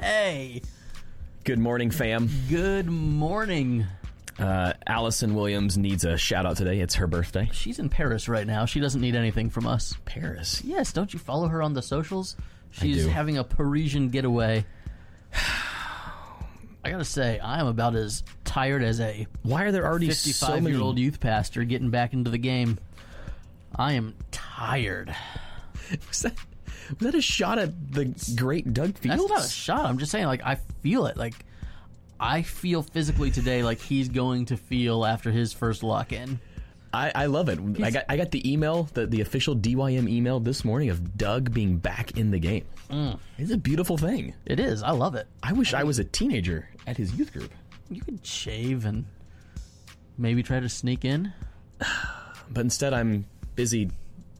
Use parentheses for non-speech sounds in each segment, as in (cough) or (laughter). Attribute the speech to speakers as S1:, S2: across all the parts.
S1: hey,
S2: Good morning, fam.
S1: good morning.
S2: Uh, Allison Williams needs a shout out today. It's her birthday.
S1: She's in Paris right now. She doesn't need anything from us.
S2: Paris.
S1: Yes, don't you follow her on the socials? She's
S2: do.
S1: having a Parisian getaway. (sighs) I gotta say, I am about as tired as a
S2: Why are there already so many?
S1: 55 year old youth pastor getting back into the game. I am tired.
S2: (laughs) Was that, was that a shot at the great Doug
S1: That's
S2: Fields?
S1: not a shot. I'm just saying, like, I feel it. Like, I feel physically today like he's going to feel after his first lock in.
S2: I, I love it. I got I got the email, the, the official DYM email this morning of Doug being back in the game.
S1: Mm.
S2: It's a beautiful thing.
S1: It is. I love it.
S2: I wish I was a teenager at his youth group,
S1: You could shave and maybe try to sneak in.
S2: but instead I'm busy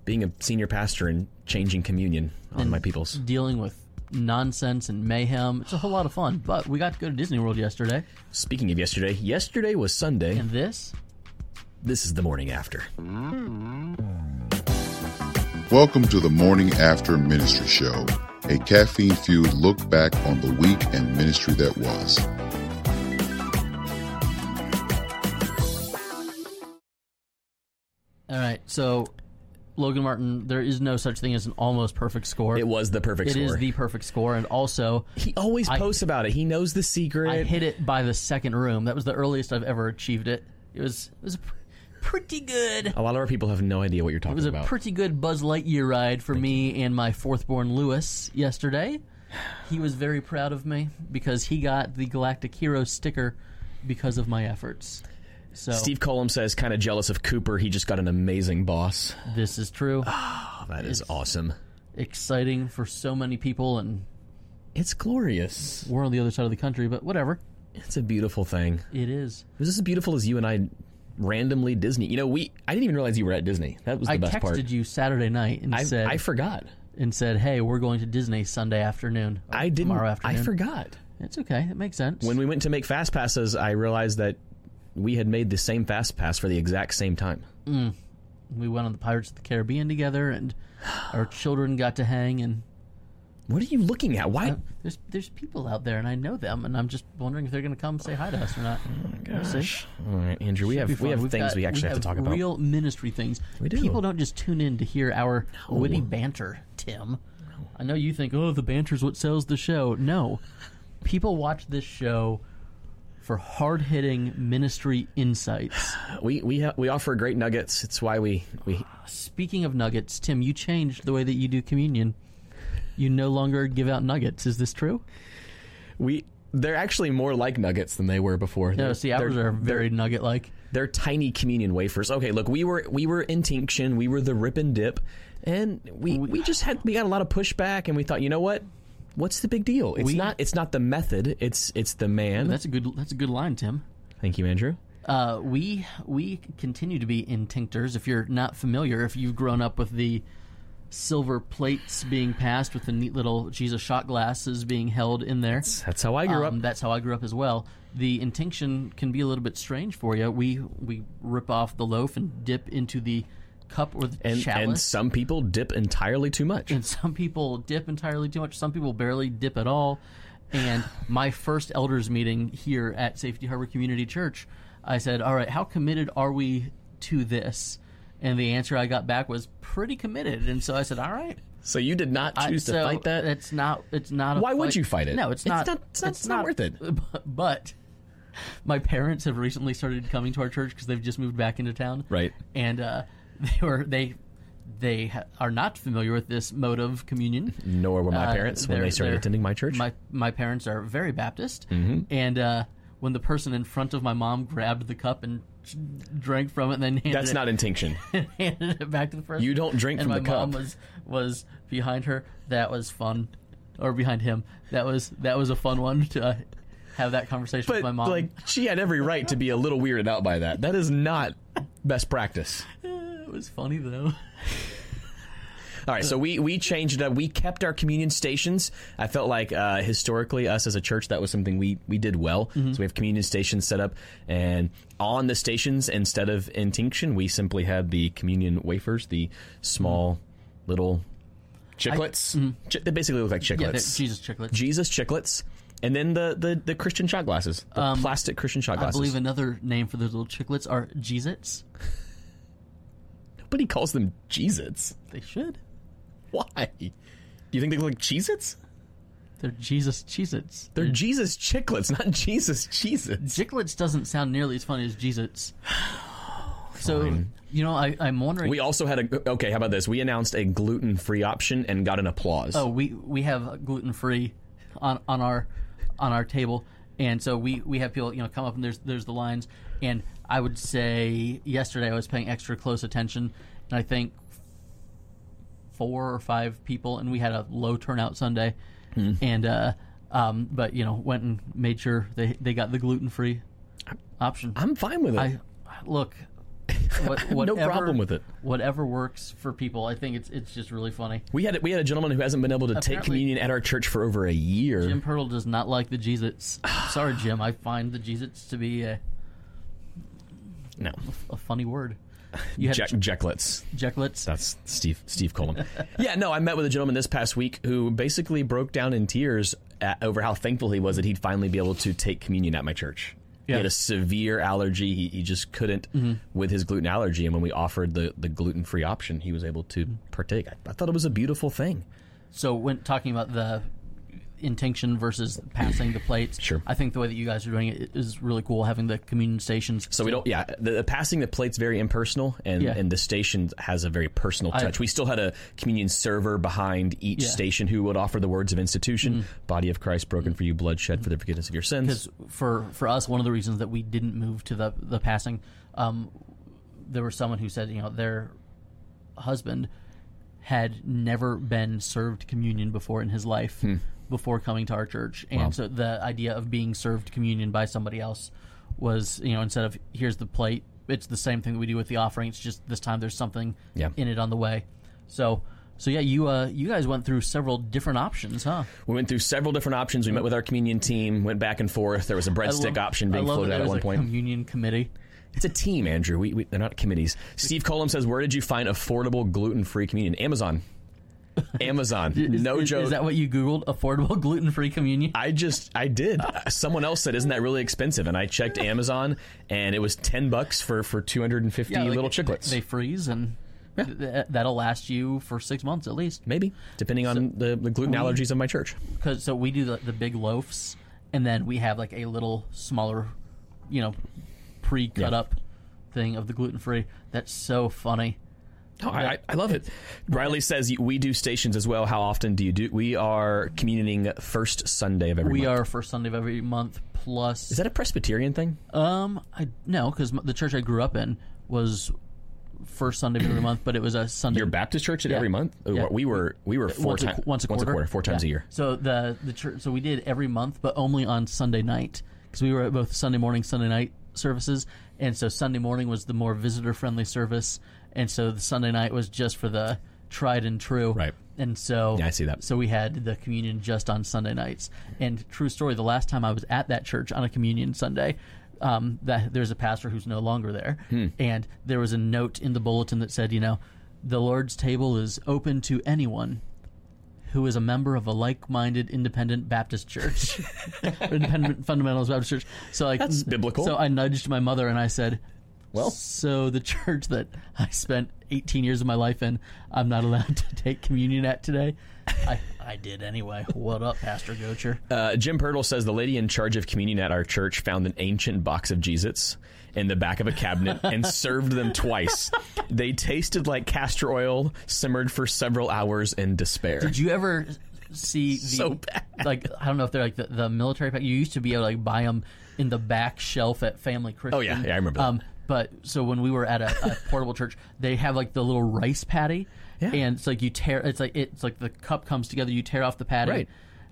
S2: being a senior pastor and changing communion on my peoples.
S1: dealing with nonsense and mayhem. It's a whole lot of fun. But we got to go to Disney World yesterday,
S2: Speaking of yesterday, yesterday was Sunday.
S1: and this
S2: This is the morning after.
S3: Welcome to the Morning After Ministry Show, a caffeine fueled look back on the week and ministry that was.
S1: All right, so Logan Martin, there is no such thing as an almost perfect score.
S2: It was the perfect
S1: It
S2: score.
S1: is the perfect score, and also
S2: he always posts about it. He knows the secret.
S1: I hit it by the second room. That was the earliest I've ever achieved it. It was it was pr- pretty good.
S2: a lot of our people have no idea what you're
S1: It
S2: talking
S1: was a
S2: about.
S1: pretty good Buzz Lightyear ride for me and my fourth born Lewis yesterday. He was very proud of me because he got the Galactic Hero sticker because of my efforts. So
S2: Steve Colum says, kind of jealous of Cooper. He just got an amazing boss.
S1: this is true.
S2: Oh, that is awesome.
S1: Exciting for so many people, and
S2: It's glorious.
S1: we're on the other side of the country, but whatever.
S2: It's a beautiful thing.
S1: It is.
S2: It was as beautiful as you and I randomly Disney. You know, we I didn't even realize you were at Disney. That was the
S1: I
S2: best
S1: texted
S2: part.
S1: you Saturday night and
S2: I,
S1: said
S2: I forgot.
S1: and said, "Hey, we're going to Disney Sunday afternoon." or
S2: I didn't.
S1: Tomorrow
S2: I
S1: afternoon.
S2: forgot.
S1: It's okay. It makes sense.
S2: When we went to make fast passes, I realized that we had made the same fast pass for the exact same time.
S1: we went on the Pirates of the Caribbean together, and our children got to hang. And
S2: What are you looking at?
S1: Uh,
S2: Why?
S1: there's there's people out there, and I know them, and I'm just wondering if they're going to come say hi to us or not. We'll see.
S2: All right, Andrew, we
S1: Be
S2: have we
S1: fun.
S2: have
S1: We've
S2: things
S1: got-
S2: we actually have, to talk about.
S1: Real ministry things.
S2: We do.
S1: People don't just tune in to hear our witty banter, Tim. I know you think, oh, the banter's what sells the show. No, people watch this show for hard hitting ministry insights.
S2: We we ha- we offer great nuggets. It's why we we
S1: Speaking of nuggets, Tim, you changed the way that you do communion. You no longer give out nuggets. Is this true?
S2: we they're actually more like nuggets than they were before.
S1: No,
S2: They're-
S1: see, ours
S2: they're,
S1: are very nugget like.
S2: they're tiny communion wafers. Okay, look, we were we were in Tinction, we were the rip and dip, and we we just had we got a lot of pushback, and we thought, you know what? What's the big deal? It's
S1: We-
S2: not it's not the method. It's it's the man.
S1: That's a good. That's a good line, Tim.
S2: Thank you, Andrew.
S1: Uh, we we continue to be in Tinctors. If you're not familiar, if you've grown up with the silver plates being passed with the neat little Jesus shot glasses being held in there.
S2: That's how I grew
S1: Um,
S2: up.
S1: That's how I grew up as well. The intinction can be a little bit strange for you. We we rip off the loaf and dip into the cup or the
S2: And and
S1: chalice.
S2: some people dip entirely too much.
S1: and (laughs) some people dip entirely too much. Some people barely dip at all. And my first elders meeting here at Safety Harbor Community Church, I said, "All right, how committed are we to this?" And the answer I got back was pretty committed. And so I said, "All right,
S2: So you did not
S1: I-
S2: choose to
S1: so
S2: fight that.
S1: It's not. It's not. A
S2: Why would
S1: fight-
S2: you fight it?
S1: No, it's
S2: It's
S1: not.
S2: not- it's not- it's not worth it.
S1: (laughs) But my parents have recently started coming to our church because they've just moved back into town.
S2: Right.
S1: and uh, (laughs) they were they they ha- are not familiar with this mode of communion.
S2: Nor were my
S1: Uh,
S2: parents when
S1: they're-
S2: they started
S1: they're-
S2: attending my church. Mm-hmm.
S1: My my parents are very Baptist, and uh, when the person in front of my mom grabbed the cup and drank from it, and then (laughs) handed
S2: That's
S1: it,
S2: not intention.
S1: (laughs) handed it back to the person.
S2: You don't drink
S1: and
S2: from
S1: my
S2: the
S1: mom
S2: cup.
S1: was was behind her. That was fun, or behind him. That was that was a fun one to uh, have that conversation with
S2: But
S1: my mom.
S2: like, she had every right to be a little weirded out by that. That is not best practice.
S1: Eh, it was funny
S2: (laughs)
S1: though.
S2: All right, so we we changed it up. We kept our communion stations. I felt like uh, historically, us as a church, that was something we we did well.
S1: Mm-hmm.
S2: So we have communion stations set up, and on the stations, instead of intinction, we simply had the communion wafers, the small little Chiclets. Chi- they basically look like
S1: Mm-hmm. Yeah, they're
S2: chiclets.
S1: Jesus chiclets.
S2: Jesus chiclets, and then the the, the Christian shot glasses, the plastic Christian shot
S1: Um, I
S2: glasses.
S1: believe another name for those little chiclets are Jeezits.
S2: Nobody calls them Jeezits.
S1: They should.
S2: Why? Do you think they look like Cheez-Its?
S1: They're Jesus Cheezits.
S2: They're Jesus chiclets, not Jesus Cheez-Its.
S1: Chiclets doesn't sound nearly as funny as
S2: (sighs)
S1: Jeezits. So, you know, I, I'm wondering.
S2: We also had a okay. How about this? We announced a gluten free option and got an applause.
S1: oh, we we have gluten free on on our on our table, and so we we have people you know come up and there's there's the lines, and I would say yesterday I was paying extra close attention, and I think four or five people, and we had a low turnout Sunday,
S2: Hmm.
S1: and uh, um, but you know went and made sure they they got the gluten free option.
S2: I'm fine with it.
S1: I
S2: (laughs)
S1: look. What,
S2: no
S1: whatever-
S2: problem with it.
S1: Whatever works for people, I think it's it's just really funny.
S2: we had we had a gentleman who hasn't been able to take
S1: Apparently-
S2: communion at our church for over a year.
S1: Jim Pirtle does not like the Jeezits. (sighs) Sorry, Jim. I find the Jeezits to be a,
S2: no,
S1: a funny word. You had
S2: Jack, Jecklets.
S1: Jecklets.
S2: That's Steve Steve Coleman. (laughs) yeah, no, I met with a gentleman this past week who basically broke down in tears at, over how thankful he was that he'd finally be able to take communion at my church. He
S1: Yeah. Mm-hmm.
S2: had a severe allergy. He, he just couldn't with his gluten allergy. And when we offered the, the gluten free option, he was able to
S1: Mm-hmm.
S2: partake. I, I thought it was a beautiful thing.
S1: So when talking about the intention versus passing the plates,
S2: Sure.
S1: I think the way that you guys are doing it is really cool. Having the communion stations.
S2: So we don't, yeah. The, the passing the plate's very impersonal, and
S1: Yeah.
S2: and the station has a very personal touch. we still had a communion server behind each
S1: Yeah. Mm-hmm.
S2: station who would offer the words of institution: "Body of Christ broken for you, blood shed for the forgiveness of your sins."
S1: because for for us, one of the reasons that we didn't move to the the passing, um, there was someone who said, you know, their husband had never been served communion before in his life
S2: Hmm.
S1: before coming to our church, and so the idea of being served communion by somebody else was, you know, instead of here's the plate, it's the same thing that we do with the offering. It's just this time there's something
S2: Yeah.
S1: in it on the way, so. So yeah, you uh, you guys went through several different options, huh?
S2: We went through several different options. We met with our communion team, went back and forth. There was a
S1: I
S2: breadstick
S1: love-
S2: option
S1: I
S2: being
S1: love
S2: floated
S1: that
S2: out
S1: there
S2: at
S1: was
S2: one
S1: a
S2: point.
S1: Communion committee.
S2: it's a team, Andrew. We, we they're not committees. Steve Colum says, "Where did you find affordable gluten free communion?
S1: (laughs)
S2: Amazon, Amazon.
S1: Is-
S2: no
S1: is,
S2: joke.
S1: Is that what you Googled? Affordable (laughs) gluten free communion?
S2: I just I did. Someone else said, "Isn't that really expensive?" And I
S1: (laughs)
S2: checked Amazon, and it was ten bucks for for two hundred and fifty
S1: like,
S2: little
S1: they-
S2: chiclets.
S1: They freeze and th- that'll last you for six months at least.
S2: Maybe depending on the, the gluten allergies of my church.
S1: Cause, so we do the, the big loaves and then we have like a little smaller, you know, pre cut up thing of the gluten free. That's so funny.
S2: No, I, I- I love it. Riley says we do stations as well. How often do you do? We are communing first Sunday of every.
S1: We
S2: month.
S1: are first Sunday of every month plus.
S2: Is that a Presbyterian thing?
S1: Um, I no, because the church I grew up in was first Sunday of every month, but it was a Sunday.
S2: Your Baptist church did every month. Oh,
S1: Yeah.
S2: We were we were four
S1: once, a,
S2: times
S1: qu- once a quarter,
S2: four times
S1: Yeah.
S2: a year.
S1: So the the church, so we did every month, but only on Sunday night because we were at both Sunday morning, Sunday night services, and so Sunday morning was the more visitor friendly service, and so the Sunday night was just for the tried and true,
S2: Right.
S1: And so
S2: Yeah, I see that.
S1: So we had the communion just on Sunday nights, and true story, the last time I was at that church on a communion Sunday. Um, that there's a pastor who's no longer there,
S2: Hmm.
S1: and there was a note in the bulletin that said, you know, the Lord's table is open to anyone who is a member of a like-minded independent Baptist
S2: (laughs)
S1: church, independent fundamentalist Baptist church. So like
S2: That's biblical.
S1: So I nudged my mother and I said,
S2: Well.
S1: so the church that I spent 18 years of my life in, I'm not allowed (laughs) to take communion at today." I, I did anyway. What up, Pastor Gocher?
S2: Uh, Jim Pirtle says the lady in charge of communion at our church found an ancient box of Jesuits in the back of a cabinet
S1: (laughs)
S2: and served them twice. They tasted like castor oil, simmered for several hours in despair.
S1: Did you ever
S2: (laughs)
S1: see the
S2: So bad.
S1: like I don't know if they're like the, the military pack? You used to be able to like buy them in the back shelf at Family Christian.
S2: Oh, yeah. Yeah, I remember that.
S1: Um, but so when we were at a,
S2: (laughs)
S1: a portable church, they have like the little rice patty,
S2: Yeah.
S1: and it's like you tear. It's like it's like the cup comes together. You tear off the patty.
S2: Right.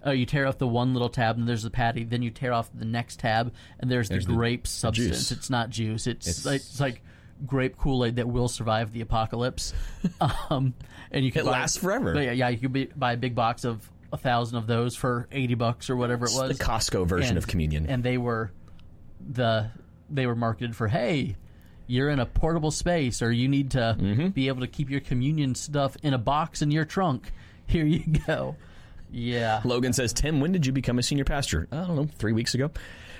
S1: Uh, you tear off the one little tab, and there's the patty. Then you tear off the next tab, and there's, the grape substance.
S2: juice.
S1: It's not juice. It's it's, it's like grape Kool Aid that will survive the
S2: (laughs)
S1: apocalypse. um, and you can
S2: It
S1: buy-
S2: lasts forever.
S1: But yeah, yeah, you could be, buy a big box of a thousand of those for eighty bucks or whatever it
S2: the
S1: was.
S2: Costco version
S1: and,
S2: of communion.
S1: and they were the they were marketed for hey. You're in a
S2: Mm-hmm.
S1: portable space, or you need to be able to keep your communion stuff in a box in your trunk. (laughs) Here you go. Yeah.
S2: Logan says, Tim, when did you become a senior pastor? I don't know, three weeks ago.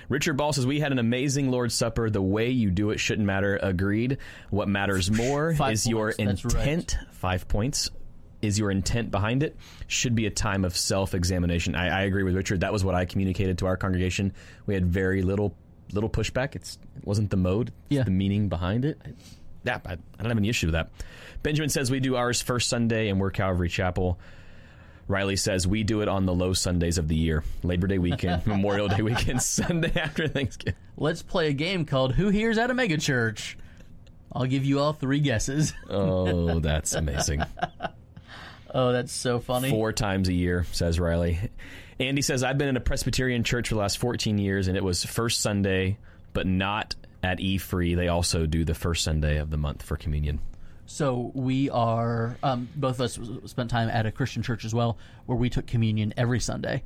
S2: Richard Ball says, We had an amazing Lord's Supper. The way you do it shouldn't matter. Agreed. What matters more is
S1: Five
S2: your
S1: points, that's right.
S2: intent. Five points. Is your intent behind it? Should be a time of self examination. I, I agree with Richard. That was what I communicated to our congregation. We had very little little pushback. It's, it wasn't the mode, it's
S1: Yeah.
S2: the meaning behind it. Yeah, I, I don't have any issue with that. Benjamin says, We do ours first Sunday and we're Calvary Chapel. Riley says we do it on the low Sundays of the year, Labor Day weekend, (laughs) Memorial Day weekend, Sunday after Thanksgiving.
S1: Let's play a game called Who Here's at a Mega Church? I'll give you all three guesses. (laughs)
S2: Oh, (laughs) that's amazing.
S1: Oh, that's so funny.
S2: Four times a year, says Riley. Andy says I've been in a Presbyterian church for the last 14 years, and it was first Sunday, but not at E Free. They also do the first Sunday of the month for communion.
S1: So we are um, both of us spent time at a Christian church as well, where we took communion every Sunday,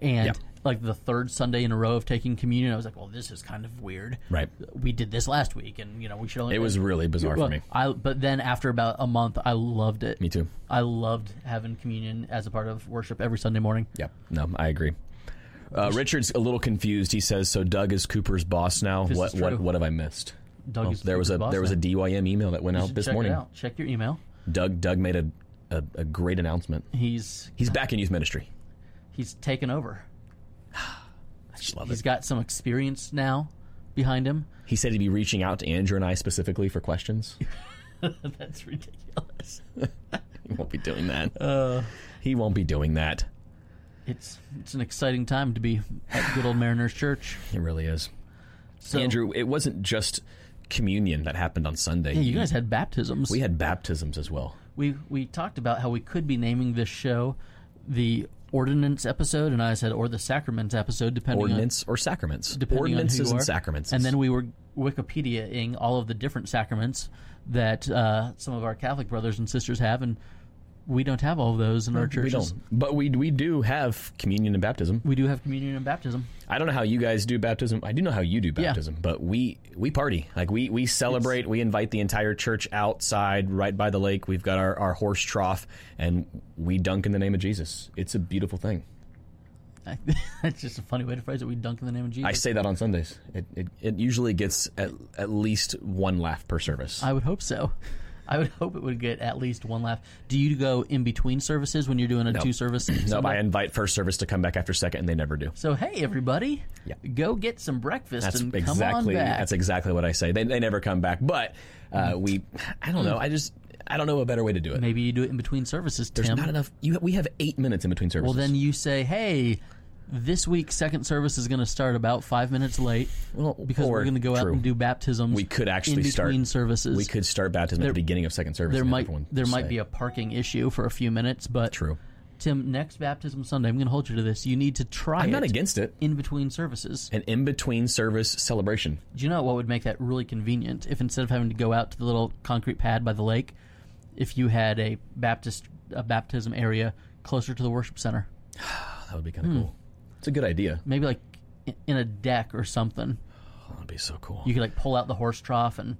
S1: and
S2: Yeah.
S1: like the third Sunday in a row of taking communion, I was like, "Well, this is kind of weird."
S2: Right.
S1: We did this last week, and you know we should only.
S2: It was really bizarre
S1: Well,
S2: for me.
S1: I but then after about a month, I loved it.
S2: Me too.
S1: I loved having communion as a part of worship every Sunday morning.
S2: Yeah, no, I agree. Uh, Richard's a little confused. He says, "So Doug is Cooper's boss now.
S1: This
S2: What
S1: is
S2: what
S1: true.
S2: what have I missed?"
S1: Doug
S2: Oh,
S1: is
S2: there was
S1: Cooper's
S2: a
S1: boss
S2: there was
S1: now.
S2: a DYM email that went out
S1: Should
S2: this
S1: check it
S2: morning.
S1: out. Check your email.
S2: Doug Doug made a, a, a great announcement.
S1: He's
S2: He's back in youth ministry.
S1: he's taken over.
S2: I just love
S1: He's
S2: it.
S1: got some experience now behind him. (laughs)
S2: He said he'd be reaching out to Andrew and I specifically for questions.
S1: That's ridiculous.
S2: he won't be doing that. Uh, he won't be doing that.
S1: It's it's an exciting time to be at Good Old Mariners Church.
S2: It really is.
S1: So,
S2: Andrew, it wasn't just communion that happened on Sunday.
S1: yeah, you guys had baptisms.
S2: we had baptisms as well.
S1: we we talked about how we could be naming this show the ordinance episode, and I said or the sacraments episode, depending
S2: Ordinance or sacraments.
S1: on uh, depending on who
S2: Ordinances
S1: you
S2: and
S1: are.
S2: sacraments.
S1: And then we were Wikipediaing all of the different sacraments that uh, some of our Catholic brothers and sisters have, and we don't have all of those in our
S2: we
S1: churches.
S2: don't. But we we do have communion and baptism.
S1: We do have communion and baptism. (laughs)
S2: I don't know how you guys do baptism. I do know how you do
S1: Yeah.
S2: baptism, but we we party. Like we we celebrate. we invite the entire church outside, right by the lake. We've got our, our horse trough, and we dunk in the name of Jesus. It's a beautiful thing.
S1: I, that's just a funny way to phrase it. We dunk in the name of Jesus.
S2: I say that on Sundays. It it, it usually gets at, at least one laugh per service.
S1: I would hope so. (laughs) I would hope it would get at least one laugh. Do you go in between services when you're doing a two
S2: (clears throat)
S1: service?
S2: no, but I invite first service to come back after second, and they never do.
S1: So hey, everybody,
S2: Yeah.
S1: go get some breakfast
S2: That's
S1: and come on
S2: exactly
S1: back. Mm.
S2: that's exactly what I say. They they never come back. But uh, we, I don't know. I just I don't know a better way to do it.
S1: Maybe you do it in between services,
S2: There's
S1: Tim.
S2: not enough. You, we have eight minutes in between services.
S1: well, then you say, hey, this week's second service is going to start about five minutes late
S2: Well,
S1: because
S2: or-
S1: we're going to go out
S2: true.
S1: and do baptisms.
S2: We could actually
S1: in between
S2: start-
S1: services.
S2: We could start baptism at the beginning of second service.
S1: There
S2: and have
S1: might
S2: everyone
S1: there might
S2: say-
S1: be a parking issue for a few minutes, but
S2: true.
S1: Tim, next baptism Sunday, I'm going to hold you to this. You need to try
S2: I'm
S1: it
S2: not against it.
S1: in between services.
S2: An in between service celebration.
S1: Do you know what would make that really convenient? If instead of having to go out to the little concrete pad by the lake, if you had a Baptist a baptism area closer to the worship center,
S2: Oh, That would be
S1: Hmm.
S2: kind of cool. It's a good idea.
S1: maybe like i- in a deck or something,
S2: Oh, that'd be so cool.
S1: you could like pull out the horse trough and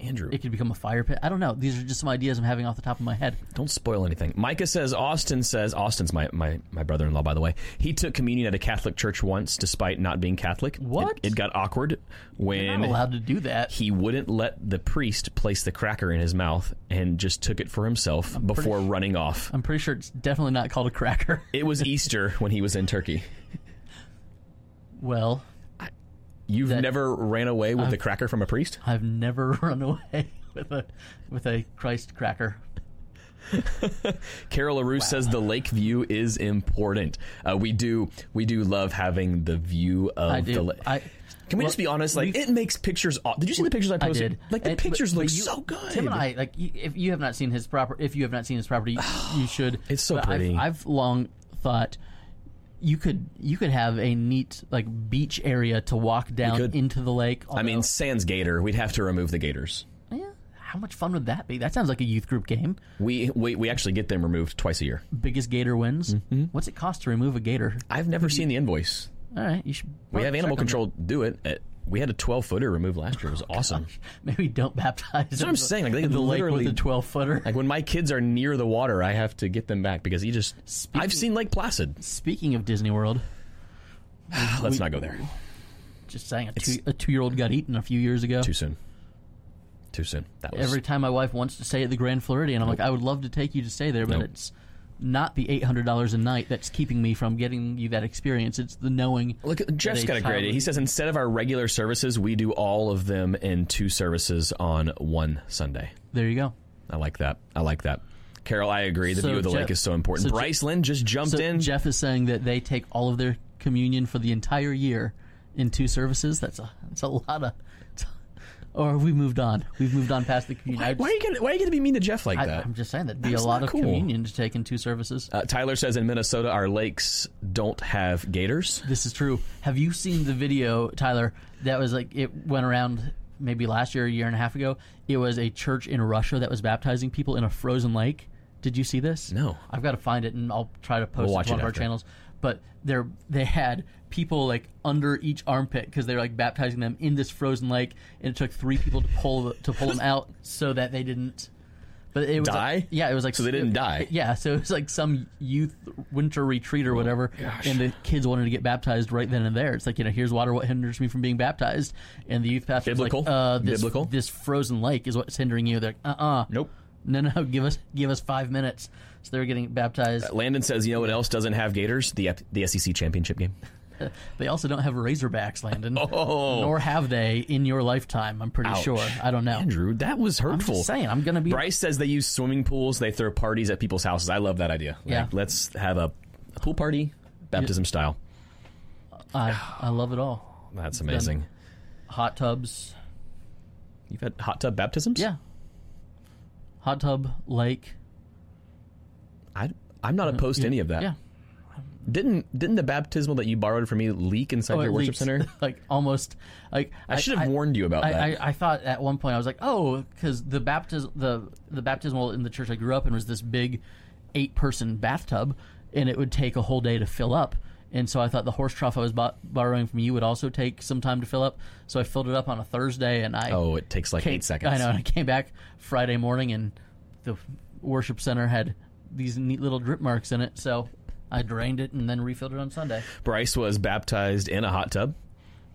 S2: Andrew,
S1: it could become a fire pit. I don't know. These are just some ideas I'm having off the top of my head.
S2: don't spoil anything. Micah says Austin says Austin's my my, my brother in law. By the way, he took communion at a Catholic church once, despite not being Catholic. It-
S1: What?
S2: It, got awkward
S1: You're
S2: when
S1: not allowed to do that.
S2: he wouldn't let the priest place the cracker in his mouth and just took it for himself before running off.
S1: I'm pretty sure it's definitely not called a cracker. (laughs)
S2: It was Easter when he was in Turkey.
S1: Well,
S2: You've
S1: that- Um,
S2: never ran away with the cracker from a priest?
S1: I've never (laughs) run away with a with a Christ cracker.
S2: Carol LaRue says the lake view is important. Uh, we do we do love having the view of
S1: I do. Uh,
S2: the lake.
S1: I
S2: Can we just be honest? Like it makes pictures. Aw- did you see the pictures I
S1: I
S2: posted?
S1: did.
S2: Like the
S1: And- but-
S2: pictures
S1: but
S2: look
S1: you-
S2: so good.
S1: Tim and I, like, you, if you have not seen his proper, if you have not seen his property,
S2: (sighs)
S1: you- you should.
S2: It's so
S1: But I've-
S2: pretty.
S1: I've, long thought you could you could have a neat like beach area to walk down
S2: could.
S1: into the lake.
S2: I mean,
S1: although-
S2: sans gator. We'd have to remove the gators.
S1: yeah, how much fun would that be? That sounds like a youth group game.
S2: We we, we actually get them removed twice a year.
S1: Biggest gator wins.
S2: Mm-hmm.
S1: What's it cost to remove a gator?
S2: I've never seen the invoice.
S1: All right, you should.
S2: We
S1: Oh,
S2: have
S1: check
S2: animal
S1: on that. Oh,
S2: control do it. It- we had a 12 footer removed last year. It was awesome.
S1: Maybe don't baptize. That's
S2: what I'm saying, like, they
S1: the lake with
S2: literally-
S1: a twelve footer.
S2: Like when my kids are near the water, I have to get them back because he just.
S1: Speaking-
S2: I've seen Lake Placid.
S1: Speaking of Disney World,
S2: Let's
S1: we-
S2: not go there.
S1: just saying, a two a two year old got eaten a few years ago.
S2: (laughs) Too soon. Too soon. That was
S1: Every time my wife wants to stay at the Grand Floridian, I'm like, I would love to take you to stay there, but
S2: Nope.
S1: it's not the eight hundred dollars a night that's keeping me from getting you that experience. It's the knowing.
S2: Look, Jeff's
S1: they
S2: got a great
S1: child-
S2: idea. He says instead of our regular services, we do all of them in two services on one Sunday.
S1: There you go.
S2: I like that. I like that. Carol, I agree. The
S1: So
S2: view of the
S1: Jeff-
S2: lake is so important.
S1: so Je-
S2: Bryce Lynn just jumped
S1: So
S2: in.
S1: Jeff is saying that they take all of their communion for the entire year in two services. That's a that's a lot of. Or have we moved on? We've moved on past the communion. I
S2: why, are you gonna, why are you going to be mean to Jeff like that?
S1: am just saying that'd be a
S2: That's
S1: lot
S2: not
S1: of
S2: cool.
S1: communion to take in two services.
S2: Uh, Tyler says in Minnesota, our lakes don't have gators.
S1: This is true. Have you seen the video, Tyler? That was like it went around maybe last year, a year and a half ago. It was a church in Russia that was baptizing people in a frozen lake. Did you see this?
S2: No.
S1: I've got to find it and I'll try to post
S2: We'll
S1: it
S2: watch
S1: to one
S2: it
S1: of our
S2: after.
S1: channels. But they're they had people like under each armpit because they were like baptizing them in this frozen lake, and it took three people to pull to
S2: (laughs)
S1: pull them out so that they didn't. But it was
S2: Die?
S1: Like, yeah, it was like
S2: So they didn't die. Oh
S1: yeah, so it was like some youth winter retreat or whatever, and the kids wanted to get baptized right then and there. It's like you know, here's water. What hinders me from being baptized? And the youth pastor was
S2: Biblical?
S1: like, uh, this,
S2: Biblical?
S1: This frozen lake is what's hindering you. They're like, uh, uh
S2: Nope.
S1: no, no, give us, give us five minutes. So they were getting baptized.
S2: Landon says, you know what else doesn't have gators? The the SEC championship game.
S1: Uh, They also don't have Razorbacks, Landon,
S2: (laughs) Oh.
S1: nor have they in your lifetime. I'm pretty
S2: Ouch.
S1: sure. I don't know.
S2: Andrew, that was
S1: I'm
S2: hurtful.
S1: just saying, I'm gonna be
S2: Bryce says they use swimming pools. They throw parties at people's houses. I love that idea. Like,
S1: Yeah.
S2: Let's have a, a pool party, baptism style.
S1: I, I love it all.
S2: That's amazing.
S1: Hot tubs,
S2: You've had hot tub baptisms?
S1: yeah. Hot tub, lake,
S2: I, I'm not opposed to any of that.
S1: yeah.
S2: Didn't didn't the baptismal that you borrowed from me leak inside
S1: Oh,
S2: your
S1: it
S2: worship
S1: leaks.
S2: center?
S1: (laughs) like almost like
S2: I should have warned you about
S1: I,
S2: that.
S1: I, I thought at one point I was like, oh, because the baptism the the baptismal in the church I grew up in was this big eight person bathtub, and it would take a whole day to fill up. And so I thought the horse trough I was bo- borrowing from you would also take some time to fill up. So I filled it up on a Thursday, and I
S2: oh, it takes like
S1: came-
S2: eight seconds.
S1: I know. And I came back Friday morning, and the worship center had these neat little drip marks in it. So I drained it and then refilled it on Sunday.
S2: Bryce was baptized in a hot tub.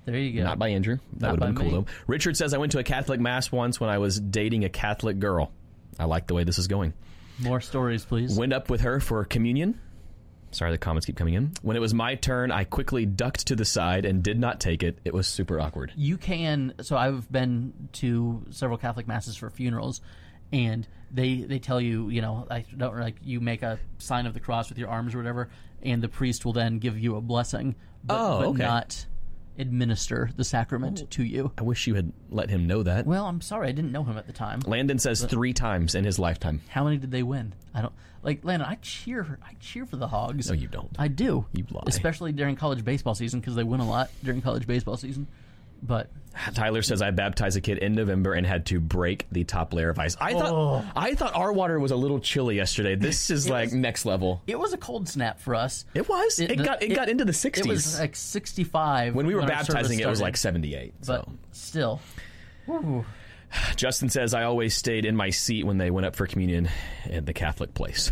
S1: There you go.
S2: Not by Andrew. That
S1: Not
S2: would have
S1: by
S2: been cool
S1: me.
S2: though. Richard says I went to a Catholic mass once when I was dating a Catholic girl. I like the way this is going.
S1: More stories, please.
S2: Went up with her for communion. Sorry, the comments keep coming in. When it was my turn, I quickly ducked to the side and did not take it. It was super awkward.
S1: you can so i've been to several catholic masses for funerals and they they tell you you know i don't like you make a sign of the cross with your arms or whatever and the priest will then give you a blessing but,
S2: Oh,
S1: but
S2: okay. Oh.
S1: not administer the sacrament to you
S2: I wish you had let him know that.
S1: well i'm sorry i didn't know him at the time
S2: Landon says three times in his lifetime.
S1: how many did they win i don't like landon i cheer i cheer for the hogs
S2: No, Oh, you don't.
S1: i do
S2: You lie.
S1: especially during college baseball season because they win a lot during college baseball season but
S2: Tyler says I baptized a kid in November and had to break the top layer of ice. I thought
S1: Oh.
S2: I thought our water was a little chilly
S1: (laughs)
S2: yesterday. This is like next level.
S1: it was a cold snap for us
S2: It was. It,
S1: It-
S2: got it,
S1: it-
S2: got into the
S1: It was
S2: sixties.
S1: like 65
S2: When we were
S1: our service
S2: baptizing, it was
S1: started,
S2: like seventy eight.
S1: But
S2: So
S1: still,
S2: Justin says I always stayed in my seat when they went up for communion in the Catholic place.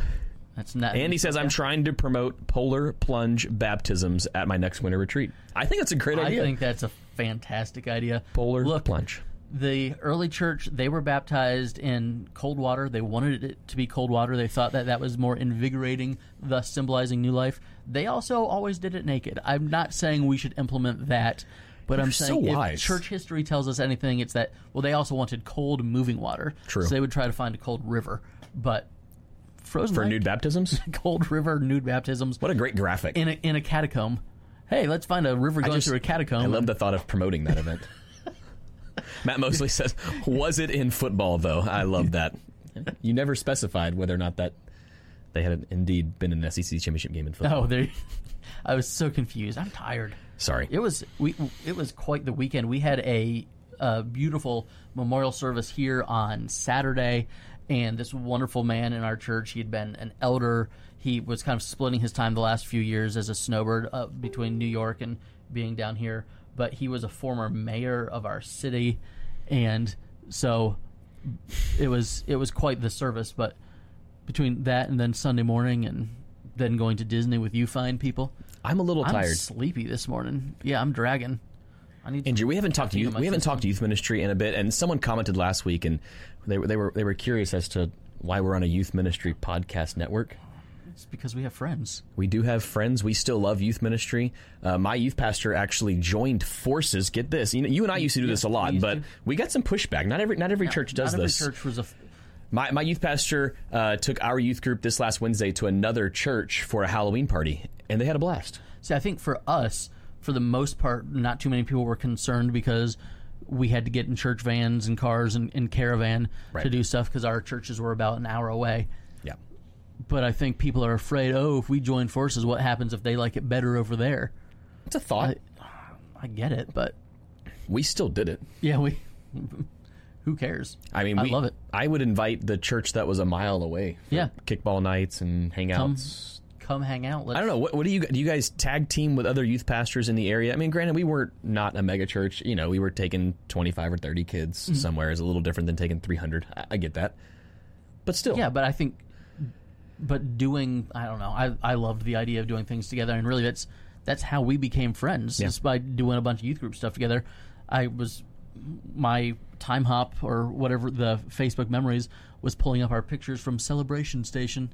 S1: that's not.
S2: Andy says I'm trying to promote polar plunge baptisms at my next winter retreat. I think that's a great
S1: I
S2: idea.
S1: think that's a fantastic idea.
S2: polar
S1: Look,
S2: plunge.
S1: the early church they were baptized in cold water. They wanted it to be cold water. They thought that that was more invigorating, thus symbolizing new life. They also always did it naked. I'm not saying we should implement that. But I'm
S2: so
S1: saying if
S2: wise.
S1: church history tells us anything, it's that well they also wanted cold moving water.
S2: True.
S1: So they would try to find a cold river. But frozen
S2: For
S1: lake?
S2: nude baptisms?
S1: cold river nude baptisms
S2: What a great graphic.
S1: in a, in a catacomb. Hey, let's find a river going
S2: just-
S1: through a catacomb.
S2: I love the thought of promoting that
S1: (laughs)
S2: event. Matt Mosley says, "Was it in football though?" I love that. You never specified whether or not that they had indeed been in an SEC championship game in football.
S1: (laughs) Oh, there. I was so confused. I'm tired.
S2: Sorry.
S1: It was we. It was quite the weekend. We had a, uh beautiful memorial service here on Saturday, and this wonderful man in our church. He had been an elder. He was kind of splitting his time the last few years as a snowbird uh, between New York and being down here. but he was a former mayor of our city, and so it was it was quite the service. But between that and then Sunday morning and then going to Disney with you fine people,
S2: I'm a little
S1: I'm
S2: tired.
S1: sleepy this morning. Yeah, I'm dragging. I need.
S2: Andrew, we haven't talked to
S1: Caffeine
S2: youth,
S1: in my
S2: we haven't talked to youth ministry in a bit, and someone commented last week, and they were they were they were curious as to why we're on a youth ministry podcast network.
S1: It's because we have friends.
S2: We do have friends. We still love youth ministry. Uh, my youth pastor actually joined forces. Get this, you, know, you and I used to do this a lot,
S1: used
S2: but
S1: to.
S2: we got some pushback. Not every not every church does
S1: Not every
S2: this.
S1: church was a. f-
S2: My, my youth pastor uh, took our youth group this last Wednesday to another church for a Halloween party, and they had a blast.
S1: See, I think for us, for the most part, not too many people were concerned because we had to get in church vans and cars and, and caravan
S2: Right.
S1: to do stuff because our churches were about an hour away.
S2: Yeah,
S1: But I think people are afraid. Oh, if we join forces, what happens if they like it better over there?
S2: it's a thought.
S1: I get it, but
S2: we still did it.
S1: yeah, we. (laughs) who cares?
S2: I mean,
S1: I
S2: we,
S1: love it.
S2: I would invite the church that was a mile away. For
S1: Yeah.
S2: kickball nights and hangouts.
S1: Come hang out. Let's,
S2: I don't know. What, what do you do? You guys tag team with other youth pastors in the area? I mean, granted, we weren't not a mega church. You know, we were taking twenty five or thirty kids
S1: Mm-hmm.
S2: somewhere. Is a little different than taking three hundred. I, I get that, but still,
S1: Yeah, but I think, but doing I don't know. I I loved the idea of doing things together, and really that's that's how we became friends. Is by doing a bunch of youth group stuff together. I was my time hop or whatever the Facebook memories was pulling up our pictures from Celebration Station.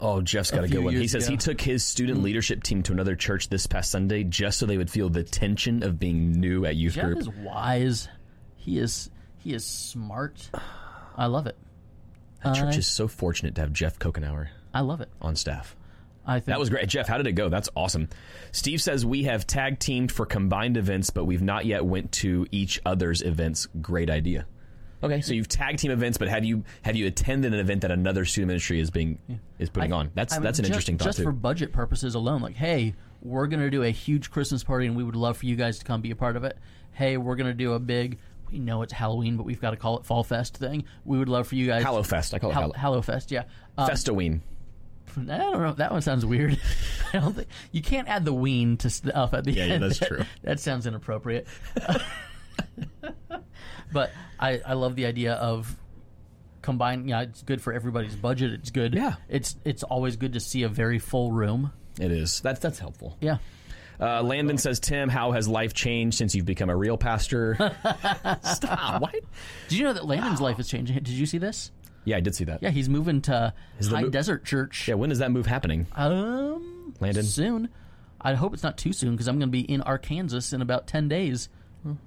S2: Oh, Jeff's got a,
S1: few
S2: good one. He
S1: years
S2: says
S1: ago.
S2: he took his student
S1: Mm-hmm.
S2: leadership team to another church this past Sunday just so they would feel the tension of being new at youth
S1: Jeff
S2: group.
S1: is wise. He is he is smart. I love it.
S2: that church
S1: I-
S2: is so fortunate to have Jeff Kokenauer
S1: I love it.
S2: on staff.
S1: I think
S2: That was great. Jeff, how did it go? That's awesome. Steve says we have tag teamed for combined events, but we've not yet went to each other's events. Great idea. Okay, so you've tag team events, but have you have you attended an event that another student ministry is being is putting on? That's
S1: I mean,
S2: that's an
S1: just-
S2: interesting thought
S1: Just
S2: too.
S1: for budget purposes alone, like, hey, we're gonna do a huge Christmas party, and we would love for you guys to come be a part of it. Hey, we're gonna do a big. We know it's Halloween, but we've got to call it Fall Fest thing. We would love for you guys.
S2: Hallowfest, I call it
S1: Hall-
S2: Hallow,
S1: Hallow Fest, yeah. Um,
S2: Festoween.
S1: I don't know. That one sounds weird. (laughs) I don't think you can't add the ween to stuff at the
S2: Yeah,
S1: end.
S2: yeah, that's
S1: That-
S2: true.
S1: (laughs) That sounds inappropriate. (laughs) but I, I love the idea of combining. Yeah, it's good for everybody's budget. It's good.
S2: Yeah.
S1: it's it's always good to see a very full room.
S2: It is. That's that's helpful.
S1: Yeah,
S2: Uh, Landon says, Tim, how has life changed since you've become a
S1: (laughs)
S2: real pastor? Stop. What?
S1: Did you know that Landon's life is changing? Did you see this?
S2: Yeah, I did see that.
S1: Yeah, he's moving to
S2: the
S1: High
S2: mo-
S1: Desert Church.
S2: Yeah, when is that move happening?
S1: Um,
S2: Landon?
S1: soon. I hope it's not too soon because I'm going to be in Arkansas in about ten days.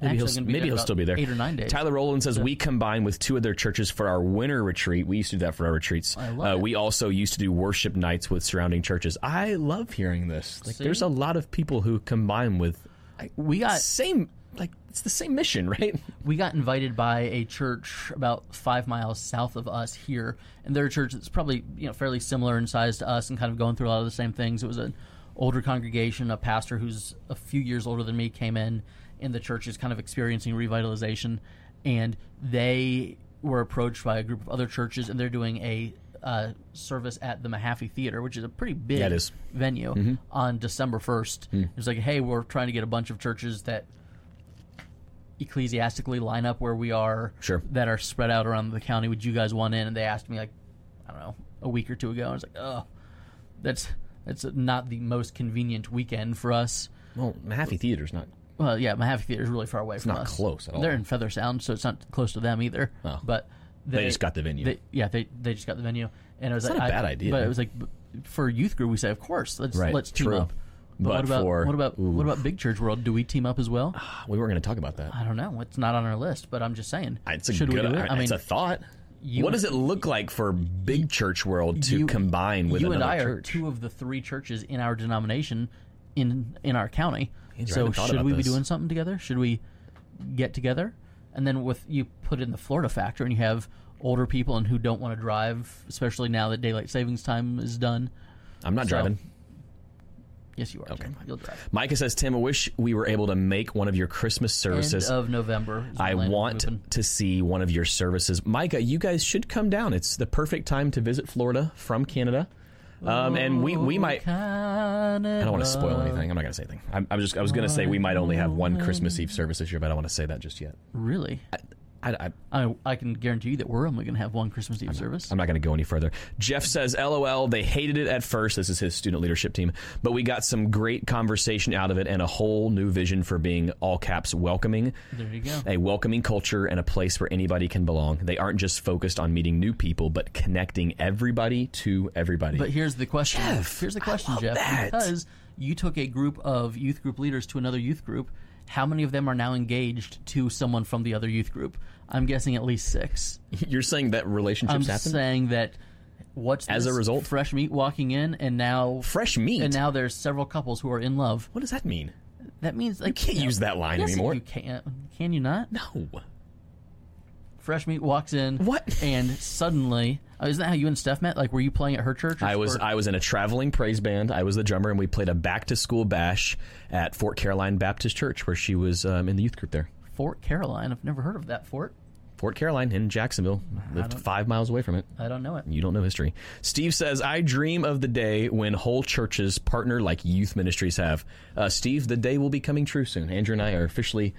S1: Actually,
S2: Maybe
S1: I'm
S2: he'll,
S1: gonna be
S2: maybe
S1: there
S2: he'll
S1: about
S2: still be there.
S1: Eight or nine days.
S2: Tyler Rowland says, We combine with two other churches for our winter retreat. We used to do that for our retreats.
S1: I love
S2: uh,
S1: it.
S2: We also used to do worship nights with surrounding churches. I love hearing this. Like,
S1: See?
S2: There's a lot of people who combine with
S1: we got
S2: same, like, it's the same mission, (laughs) right?
S1: we got invited by a church about five miles south of us here, and they're a church that's probably you know fairly similar in size to us and kind of going through a lot of the same things. It was an older congregation. A pastor who's a few years older than me came in, and the church is kind of experiencing revitalization, and they were approached by a group of other churches, and they're doing a uh, service at the Mahaffey Theater, which is a pretty big
S2: Yeah, it is. Mm-hmm. Mm.
S1: venue, on December first. It was like, hey, we're trying to get a bunch of churches that ecclesiastically line up where we are
S2: Sure.
S1: that are spread out around the county would you guys want in and they asked me like i don't know a week or two ago and i was like oh that's that's not the most convenient weekend for us
S2: Well, Mahaffey Theater's not.
S1: well yeah mahaffey theater is really far away from
S2: not
S1: us
S2: close at all.
S1: they're in feather sound so it's not close to them either
S2: Oh.
S1: but
S2: They just got the venue.
S1: they, yeah they, they just got the venue and it was like
S2: not a
S1: I-
S2: bad idea.
S1: but it was like b- for youth group we say of course let's
S2: Right,
S1: let's team
S2: true.
S1: up
S2: But
S1: what about
S2: for-
S1: what about
S2: ooh.
S1: what about big church world do we team up as well
S2: ah, we weren't going to talk about that.
S1: I don't know. It's not on our list, but I'm just saying.
S2: Uh, It's a
S1: Uh, should
S2: good.
S1: we do it?
S2: I mean, it's a thought.
S1: you-
S2: what does it look like for big church world to
S1: you-
S2: combine with
S1: you and
S2: another
S1: I are
S2: church?
S1: two of the three churches in our denomination in in our county.
S2: Andrew, I
S1: so
S2: haven't thought
S1: should
S2: about
S1: we
S2: this.
S1: be doing something together? Should we get together? And then with you put in the Florida factor, and you have older people and who don't want to drive, especially now that daylight savings time is done.
S2: I'm not
S1: So-
S2: driving.
S1: Yes, you are. Okay, you'll drive.
S2: Micah says, Tim, I wish we were able to make one of your Christmas
S1: End
S2: services.
S1: of November. is when
S2: I
S1: Landon's
S2: want
S1: moving.
S2: to see one of your services. Micah, you guys should come down. It's the perfect time to visit Florida from Canada. Um, and we,
S1: Oh,
S2: we might. I
S1: I
S2: don't want to spoil anything. I'm not gonna say anything. I'm, I'm just. I was gonna say we might only have one Christmas Eve service this year, but I don't want to say that just yet.
S1: Really?
S2: I, I,
S1: I, I can guarantee you that we're only going to have one Christmas Eve service.
S2: I'm not going to go any further. Jeff says, LOL, they hated it at first. This is his student leadership team, but we got some great conversation out of it and a whole new vision for being all caps welcoming.
S1: there you go.
S2: A welcoming culture and a place where anybody can belong. They aren't just focused on meeting new people, but connecting everybody to everybody.
S1: But here's the question.
S2: Jeff,
S1: here's the
S2: I
S1: question,
S2: love
S1: Jeff.
S2: that.
S1: Because you took a group of youth group leaders to another youth group, how many of them are now engaged to someone from the other youth group? I'm guessing at least six.
S2: (laughs) You're saying that
S1: I'm
S2: relationships happen?
S1: saying that what's
S2: As a
S1: this?
S2: result?
S1: fresh meat walking in, and now
S2: Fresh meat?
S1: and now there's several couples who are in love.
S2: what does that mean?
S1: That means like, you
S2: Can't use that line
S1: Yes,
S2: anymore.
S1: you can't. Can you not?
S2: No.
S1: Fresh meat walks in.
S2: What?
S1: And suddenly, oh, isn't that how you and Steph met? Like, were you playing at her church? or-
S2: I was
S1: or-
S2: I was in a traveling praise band. I was the drummer, and we played a back to school bash at Fort Caroline Baptist Church, where she was um, in the youth group there.
S1: Fort Caroline. I've never heard of that fort.
S2: Fort Caroline in Jacksonville, lived five miles away from it.
S1: I don't know it.
S2: You don't know history. Steve says, "I dream of the day when whole churches partner like youth ministries have." Uh, Steve, the day will be coming true soon. Andrew and I are officially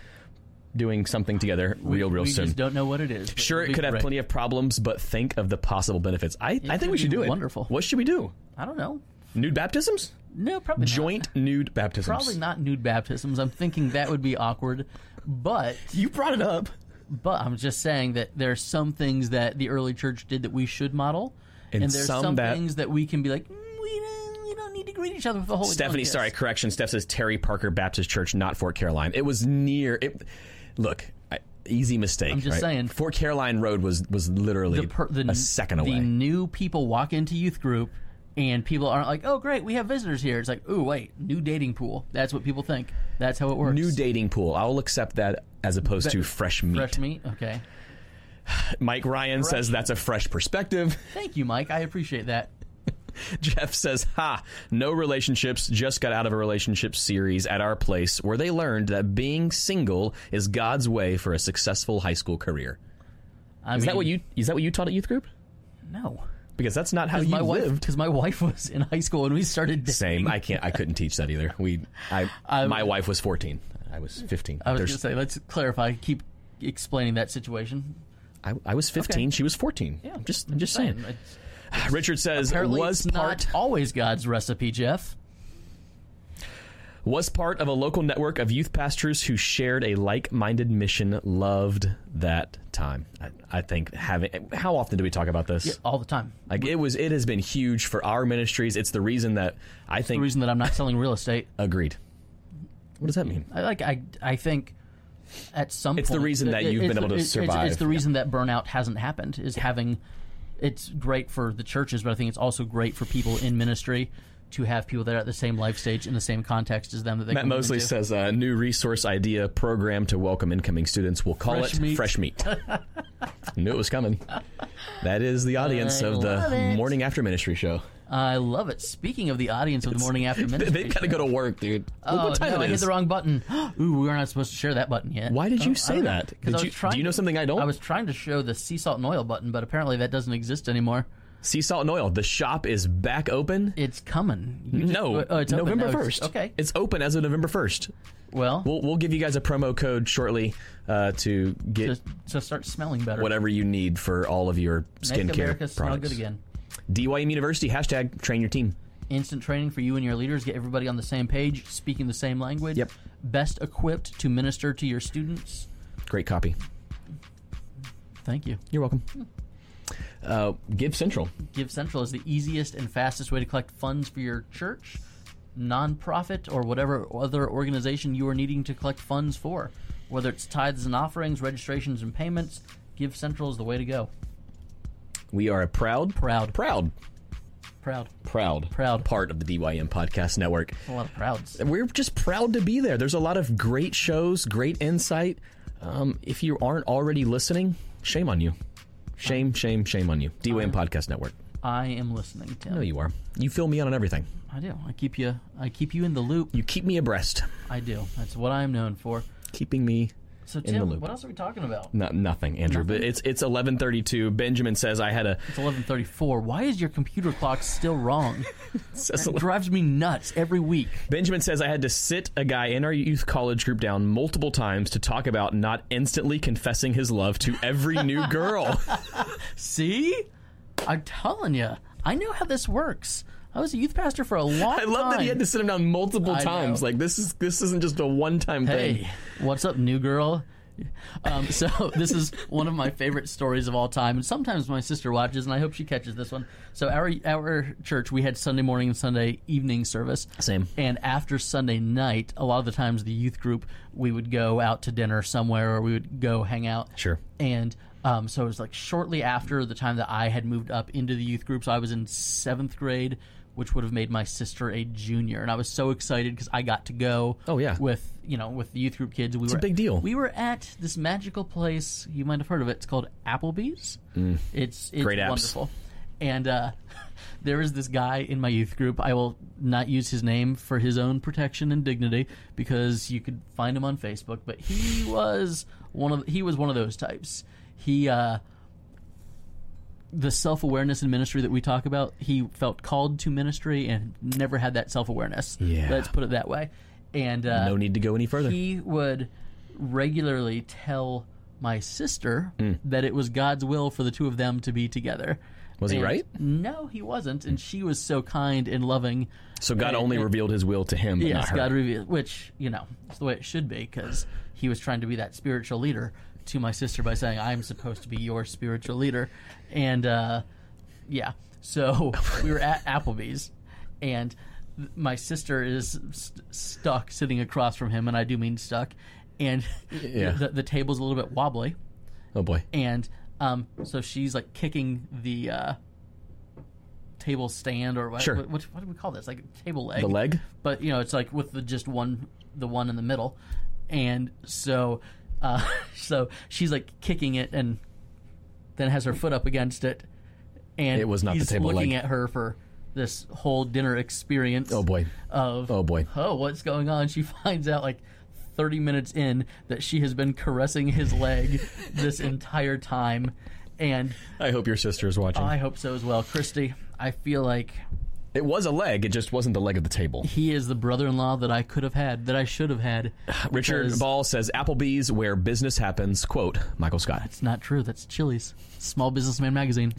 S2: doing something together, real, real
S1: we
S2: soon.
S1: just don't know what it is. but
S2: Sure,
S1: it'll
S2: it
S1: be
S2: could have
S1: great.
S2: plenty of problems, but think of the possible benefits. I, I think
S1: could
S2: we should
S1: be
S2: do it.
S1: wonderful.
S2: What should we do?
S1: I don't know.
S2: Nude baptisms?
S1: No, probably not.
S2: Joint nude baptisms.
S1: Probably not nude baptisms. I'm thinking that would be awkward, but
S2: You brought it up.
S1: but I'm just saying that there are some things that the early church did that we should model,
S2: And
S1: there's
S2: some that-
S1: things that we can be like, "Mm, we don't, we don't need to greet each other with the holy.
S2: Stephanie,
S1: kiss."
S2: sorry, correction. Steph says Terry Parker Baptist Church, not Fort Caroline. It was near. It, look, I, easy mistake.
S1: I'm just
S2: right?
S1: saying.
S2: Fort Caroline Road was was literally a second away.
S1: The new people walk into youth group, and people aren't like, "Oh, great, we have visitors here." It's like, "Oh, wait, new dating pool." That's what people think. That's how it works.
S2: New dating pool. I'll accept that as opposed to fresh meat.
S1: fresh meat. Okay,
S2: Mike Ryan says that's a fresh perspective. (laughs)
S1: thank you, Mike. I appreciate that.
S2: Jeff says, "Ha! No relationships. Just got out of a relationship series at our place where they learned that being single is God's way for a successful high school career."
S1: I
S2: Is
S1: mean,
S2: that what you is that what you taught at youth group?
S1: No,
S2: Because that's not how you
S1: my wife
S2: lived.
S1: because my wife was in high school and we started. dating.
S2: Same. I can't. I couldn't teach that either. We. I. my wife was 14. I was 15.
S1: I was
S2: There's-
S1: going to say, let's clarify. Keep explaining that situation.
S2: I, I was 15. She was 14. Yeah. I'm just. I'm just saying.
S1: It's-
S2: Richard says
S1: Apparently,
S2: was
S1: it's
S2: part
S1: not always God's recipe, Jeff.
S2: was part of a local network of youth pastors who shared a like-minded mission. Loved that time. I, I think having. How often do we talk about this?
S1: All the time.
S2: Like it was. It has been huge for our ministries. It's the reason that I
S1: The
S2: think.
S1: reason that I'm not selling real estate,
S2: agreed. What does that mean?
S1: I like I I think at some
S2: It's the
S1: point-
S2: reason that you've
S1: it's
S2: been
S1: the-
S2: able to
S1: it's- it's- It's,
S2: survive.
S1: the reason that burnout hasn't happened is having. It's great for the churches, but I think it's also great for people in ministry to have people that are at the same life stage in the same context as them that they
S2: Matt
S1: can move
S2: Mosley
S1: into.
S2: says a new resource idea program to welcome incoming students. We'll call
S1: Fresh
S2: it
S1: meat. (laughs)
S2: Fresh Meat. Knew it was coming. That is the audience
S1: I
S2: of the
S1: love it.
S2: Morning After Ministry show.
S1: I love it. Speaking of the audience of the morning
S2: (laughs)
S1: after ministry,
S2: They've got to go to work, dude. Look
S1: Oh,
S2: what time
S1: no,
S2: it
S1: I hit
S2: is.
S1: the wrong button. (gasps) Ooh, we were not supposed to share that button yet.
S2: Why did you say
S1: don't-
S2: that?
S1: 'cause I was
S2: Did you,
S1: trying
S2: do you know
S1: to-
S2: something I don't?
S1: I was trying to show the sea salt and oil button, but apparently that doesn't exist anymore.
S2: sea salt and oil. The shop is back open.
S1: It's coming. You just-
S2: No,
S1: oh, it's open.
S2: November
S1: No, it's-
S2: first.
S1: okay.
S2: it's open as of November first.
S1: Well,
S2: We'll we'll give you guys a promo code shortly uh, to get
S1: to, to start smelling better.
S2: whatever you need for all of your
S1: Make
S2: skincare
S1: America
S2: products.
S1: smell good again.
S2: DYM University hashtag train your team.
S1: Instant training for you and your leaders. Get everybody on the same page, speaking the same language.
S2: Yep.
S1: Best equipped to minister to your students.
S2: Great copy.
S1: Thank you.
S2: You're welcome. Uh, Give Central.
S1: Give Central is the easiest and fastest way to collect funds for your church, nonprofit, or whatever other organization you are needing to collect funds for. Whether it's tithes and offerings, registrations and payments, Give Central is the way to go.
S2: We are a proud,
S1: Proud.
S2: proud,
S1: Proud.
S2: proud,
S1: Proud.
S2: part of the DYM Podcast Network.
S1: A lot of prouds.
S2: We're just proud to be there. There's a lot of great shows, great insight. Um, if you aren't already listening, shame on you. Shame, shame, shame on you. DYM Podcast Network.
S1: I am listening, Tim.
S2: Uh-huh. No, you are. You fill me in on everything.
S1: I do. I keep you. I keep you in the loop.
S2: You keep me abreast,
S1: I do. That's what I am known for.
S2: keeping me
S1: So
S2: in the
S1: Tim,
S2: loop.
S1: what else are we talking about?
S2: No, nothing, Andrew. But it's it's eleven thirty two. Benjamin says I had a
S1: It's eleven thirty-four. Why is your computer clock still wrong?
S2: says
S1: It drives me nuts every week.
S2: Benjamin says I had to sit a guy in our youth college group down multiple times to talk about not instantly confessing his love to every new
S1: (laughs)
S2: girl.
S1: See, I'm telling you, I know how this works. I was a youth pastor for a long
S2: (laughs) I
S1: time.
S2: love that he had to sit him down multiple
S1: I
S2: times.
S1: know.
S2: Like this is this isn't just a one time thing.
S1: Hey, what's up, new girl? Um, so (laughs) this is one of my favorite stories of all time, and sometimes my sister watches, and I hope she catches this one. So our our church, we had Sunday morning and Sunday evening service.
S2: Same.
S1: And after Sunday night, a lot of the times the youth group we would go out to dinner somewhere, or we would go hang out.
S2: Sure.
S1: And um, so it was like shortly after the time that I had moved up into the youth group. So I was in seventh grade, which would have made my sister a junior, and I was so excited because I got to go.
S2: Oh, yeah.
S1: With you know with the youth group kids, we were
S2: a big deal.
S1: We were at this magical place. You might have heard of it. It's called Applebee's. Mm. It's it's
S2: Great apps.
S1: wonderful. And uh, (laughs) there is this guy in my youth group. I will not use his name for his own protection and dignity because you could find him on Facebook. But he was one of he was one of those types. He uh, the self awareness in ministry that we talk about. He felt called to ministry and never had that self awareness.
S2: Yeah.
S1: let's put it that way. And uh,
S2: No need to go any further.
S1: he would regularly tell my sister
S2: Mm.
S1: that it was God's will for the two of them to be together.
S2: Was he
S1: And-
S2: right?
S1: No, he wasn't. And she was so kind and loving.
S2: so God only revealed His will to him, but not
S1: Yes,
S2: her.
S1: God revealed, which, you know, it's the way it should be because he was trying to be that spiritual leader to my sister by saying, I'm supposed to be your spiritual leader. And, uh, yeah.
S2: (laughs)
S1: So we were at Applebee's, and th- my sister is st- stuck sitting across from him, and I do mean stuck. And
S2: Yeah.
S1: (laughs) the, the table's a little bit wobbly,
S2: oh boy.
S1: and um, so she's like kicking the uh, table stand or what,
S2: Sure.
S1: what, what, do we call this? Like table leg.
S2: The leg?
S1: But you know, it's like with the just one, the one in the middle, and so, uh, (laughs) so she's like kicking it and then has her foot up against it, and
S2: It was not the
S1: he's
S2: table
S1: looking
S2: leg.
S1: at her for this whole dinner experience.
S2: Oh boy.
S1: Of
S2: Oh boy.
S1: oh, what's going on? She (laughs) finds out like 30 minutes in that she has been caressing his
S2: (laughs)
S1: leg this entire time. And
S2: I hope your sister is watching.
S1: I hope so as well. Christy, I feel like
S2: it was a leg. It just wasn't the leg of the table.
S1: he is the brother in law that I could have had, that I should have
S2: (sighs)
S1: had. (sighs)
S2: Richard
S1: because
S2: Ball says Applebee's, where business happens. Quote Michael Scott.
S1: It's not true. That's Chili's, Small Businessman
S2: (laughs)
S1: Magazine.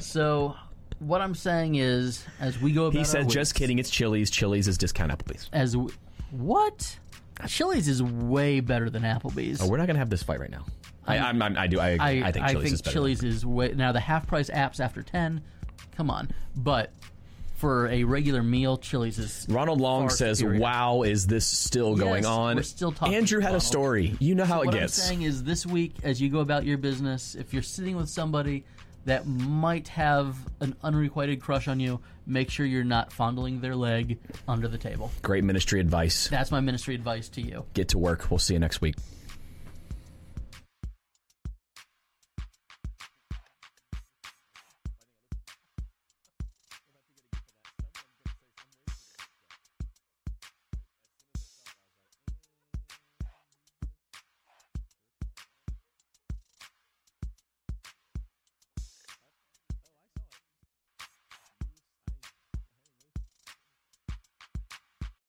S1: so, what I'm saying is, as we go about
S2: He
S1: our
S2: says, "Just
S1: weeks-
S2: kidding. It's Chili's. Chili's is discount Applebee's."
S1: As w- what? Chili's is way better than Applebee's.
S2: Oh, we're not gonna have this fight right now. I,
S1: Mm.
S2: I'm, I'm, I do. I, I, think Chili's is better.
S1: Chili's is way now the half price apps after ten. Come on, but for a regular meal, Chili's is
S2: Ronald Long
S1: far
S2: says,
S1: superior.
S2: "Wow, is this still going on?"
S1: we're still talking,
S2: Andrew had
S1: Ronald.
S2: a story. You know how
S1: What
S2: it
S1: I'm
S2: gets.
S1: saying is, this week as you go about your business, if you're sitting with somebody that might have an unrequited crush on you, make sure you're not fondling their leg under the table.
S2: Great ministry advice.
S1: That's my ministry advice to you.
S2: Get to work. We'll see you next week.